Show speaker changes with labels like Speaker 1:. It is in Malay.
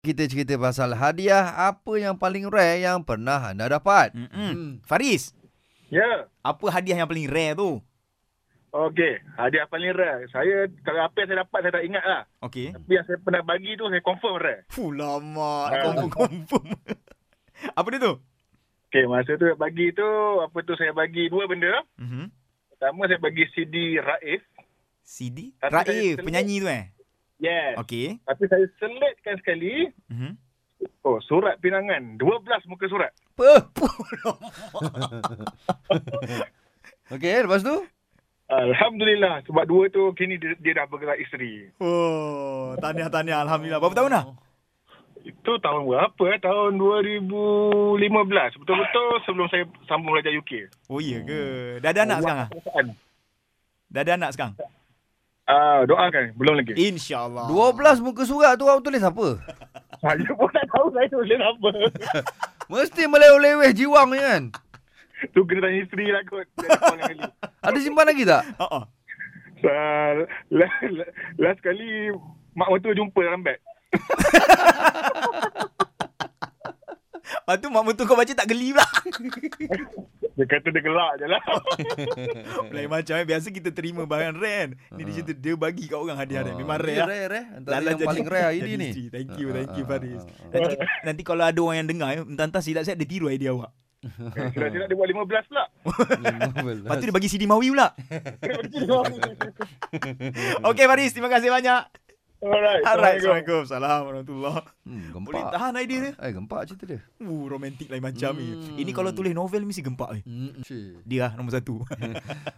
Speaker 1: Kita cerita pasal hadiah apa yang paling rare yang pernah anda dapat. Hmm.
Speaker 2: Mm-mm. Faris,
Speaker 3: Ya,
Speaker 2: apa hadiah yang paling rare tu?
Speaker 3: okey. Hadiah paling rare. Saya, kalau apa yang saya dapat, saya tak ingat lah.
Speaker 2: Okey.
Speaker 3: Tapi yang saya pernah bagi tu, saya confirm rare.
Speaker 2: Fuh, lama.
Speaker 3: Ah.
Speaker 2: Confirm-confirm. apa dia tu?
Speaker 3: Okey, masa tu bagi tu, apa tu saya bagi dua benda.
Speaker 2: Mm-hmm.
Speaker 3: Pertama, saya bagi CD Raif.
Speaker 2: CD?
Speaker 3: Tapi saya
Speaker 2: Raif,
Speaker 3: selit.
Speaker 2: penyanyi tu eh?
Speaker 3: Yes. Okay.
Speaker 2: Okey.
Speaker 3: Tapi saya selitkan sekali,
Speaker 2: Mm-hmm.
Speaker 3: oh, surat pinangan. 12 muka surat.
Speaker 1: Apa? Okey, lepas tu?
Speaker 3: Alhamdulillah, sebab dua tu kini dia, dia dah bergerak isteri.
Speaker 2: Oh, tahniah-tahniah. Alhamdulillah. Berapa tahun dah?
Speaker 3: Itu tahun berapa? eh? Tahun 2015. Betul-betul sebelum saya sambung belajar UK.
Speaker 2: Oh, iya ke? Dah ada anak sekarang? ah?
Speaker 3: Perasaan.
Speaker 2: Dah ada anak sekarang?
Speaker 3: Ah, doakan. Belum lagi.
Speaker 2: InsyaAllah.
Speaker 1: 12 muka surat tu awak tulis apa?
Speaker 3: Saya pun tak tahu saya tulis apa.
Speaker 1: Mesti meleweh-leweh jiwang ni kan.
Speaker 3: tu kena tanya isteri lah kot. Dia ada call lain kali.
Speaker 1: Ada simpan lagi tak?
Speaker 2: Uh-uh.
Speaker 3: Uh, last, last kali mak mertua jumpa dalam beg.
Speaker 2: Lepas tu mak mertua kau baca tak geli pula.
Speaker 3: Dia kata dia gelak je lah.
Speaker 2: Lain macam eh. Biasa kita terima barang rare kan. Ni dia cerita dia bagi kat orang hadiah dia. Memang
Speaker 1: Ini
Speaker 2: rare lah.
Speaker 1: Ah, rare, rare. Antara
Speaker 2: Lala
Speaker 1: yang paling rare hari
Speaker 2: jadi
Speaker 1: ni.
Speaker 2: isteri. Thank you, thank
Speaker 1: Ah,
Speaker 2: you
Speaker 1: ah,
Speaker 2: Faris.
Speaker 1: ah, ah, ah.
Speaker 2: Nanti, nanti kalau ada orang yang dengar, eh, entah-entah silap-silap dia tiru idea awak.
Speaker 3: Silap-silap dia buat lah. 15 pula.
Speaker 2: Lepas tu dia bagi CD Mawi pula. okay Faris, terima kasih banyak.
Speaker 3: Alright.
Speaker 2: Alright, Assalamualaikum.
Speaker 3: Assalamualaikum.
Speaker 2: Salam warahmatullahi
Speaker 1: Hmm,
Speaker 2: Boleh
Speaker 1: gempak.
Speaker 2: tahan idea dia.
Speaker 1: Eh, gempak cerita dia.
Speaker 2: Uh, romantik lain macam ni.
Speaker 1: Hmm.
Speaker 2: Ini kalau tulis novel mesti gempak. Eh.
Speaker 1: Hmm.
Speaker 2: Dia lah nombor satu.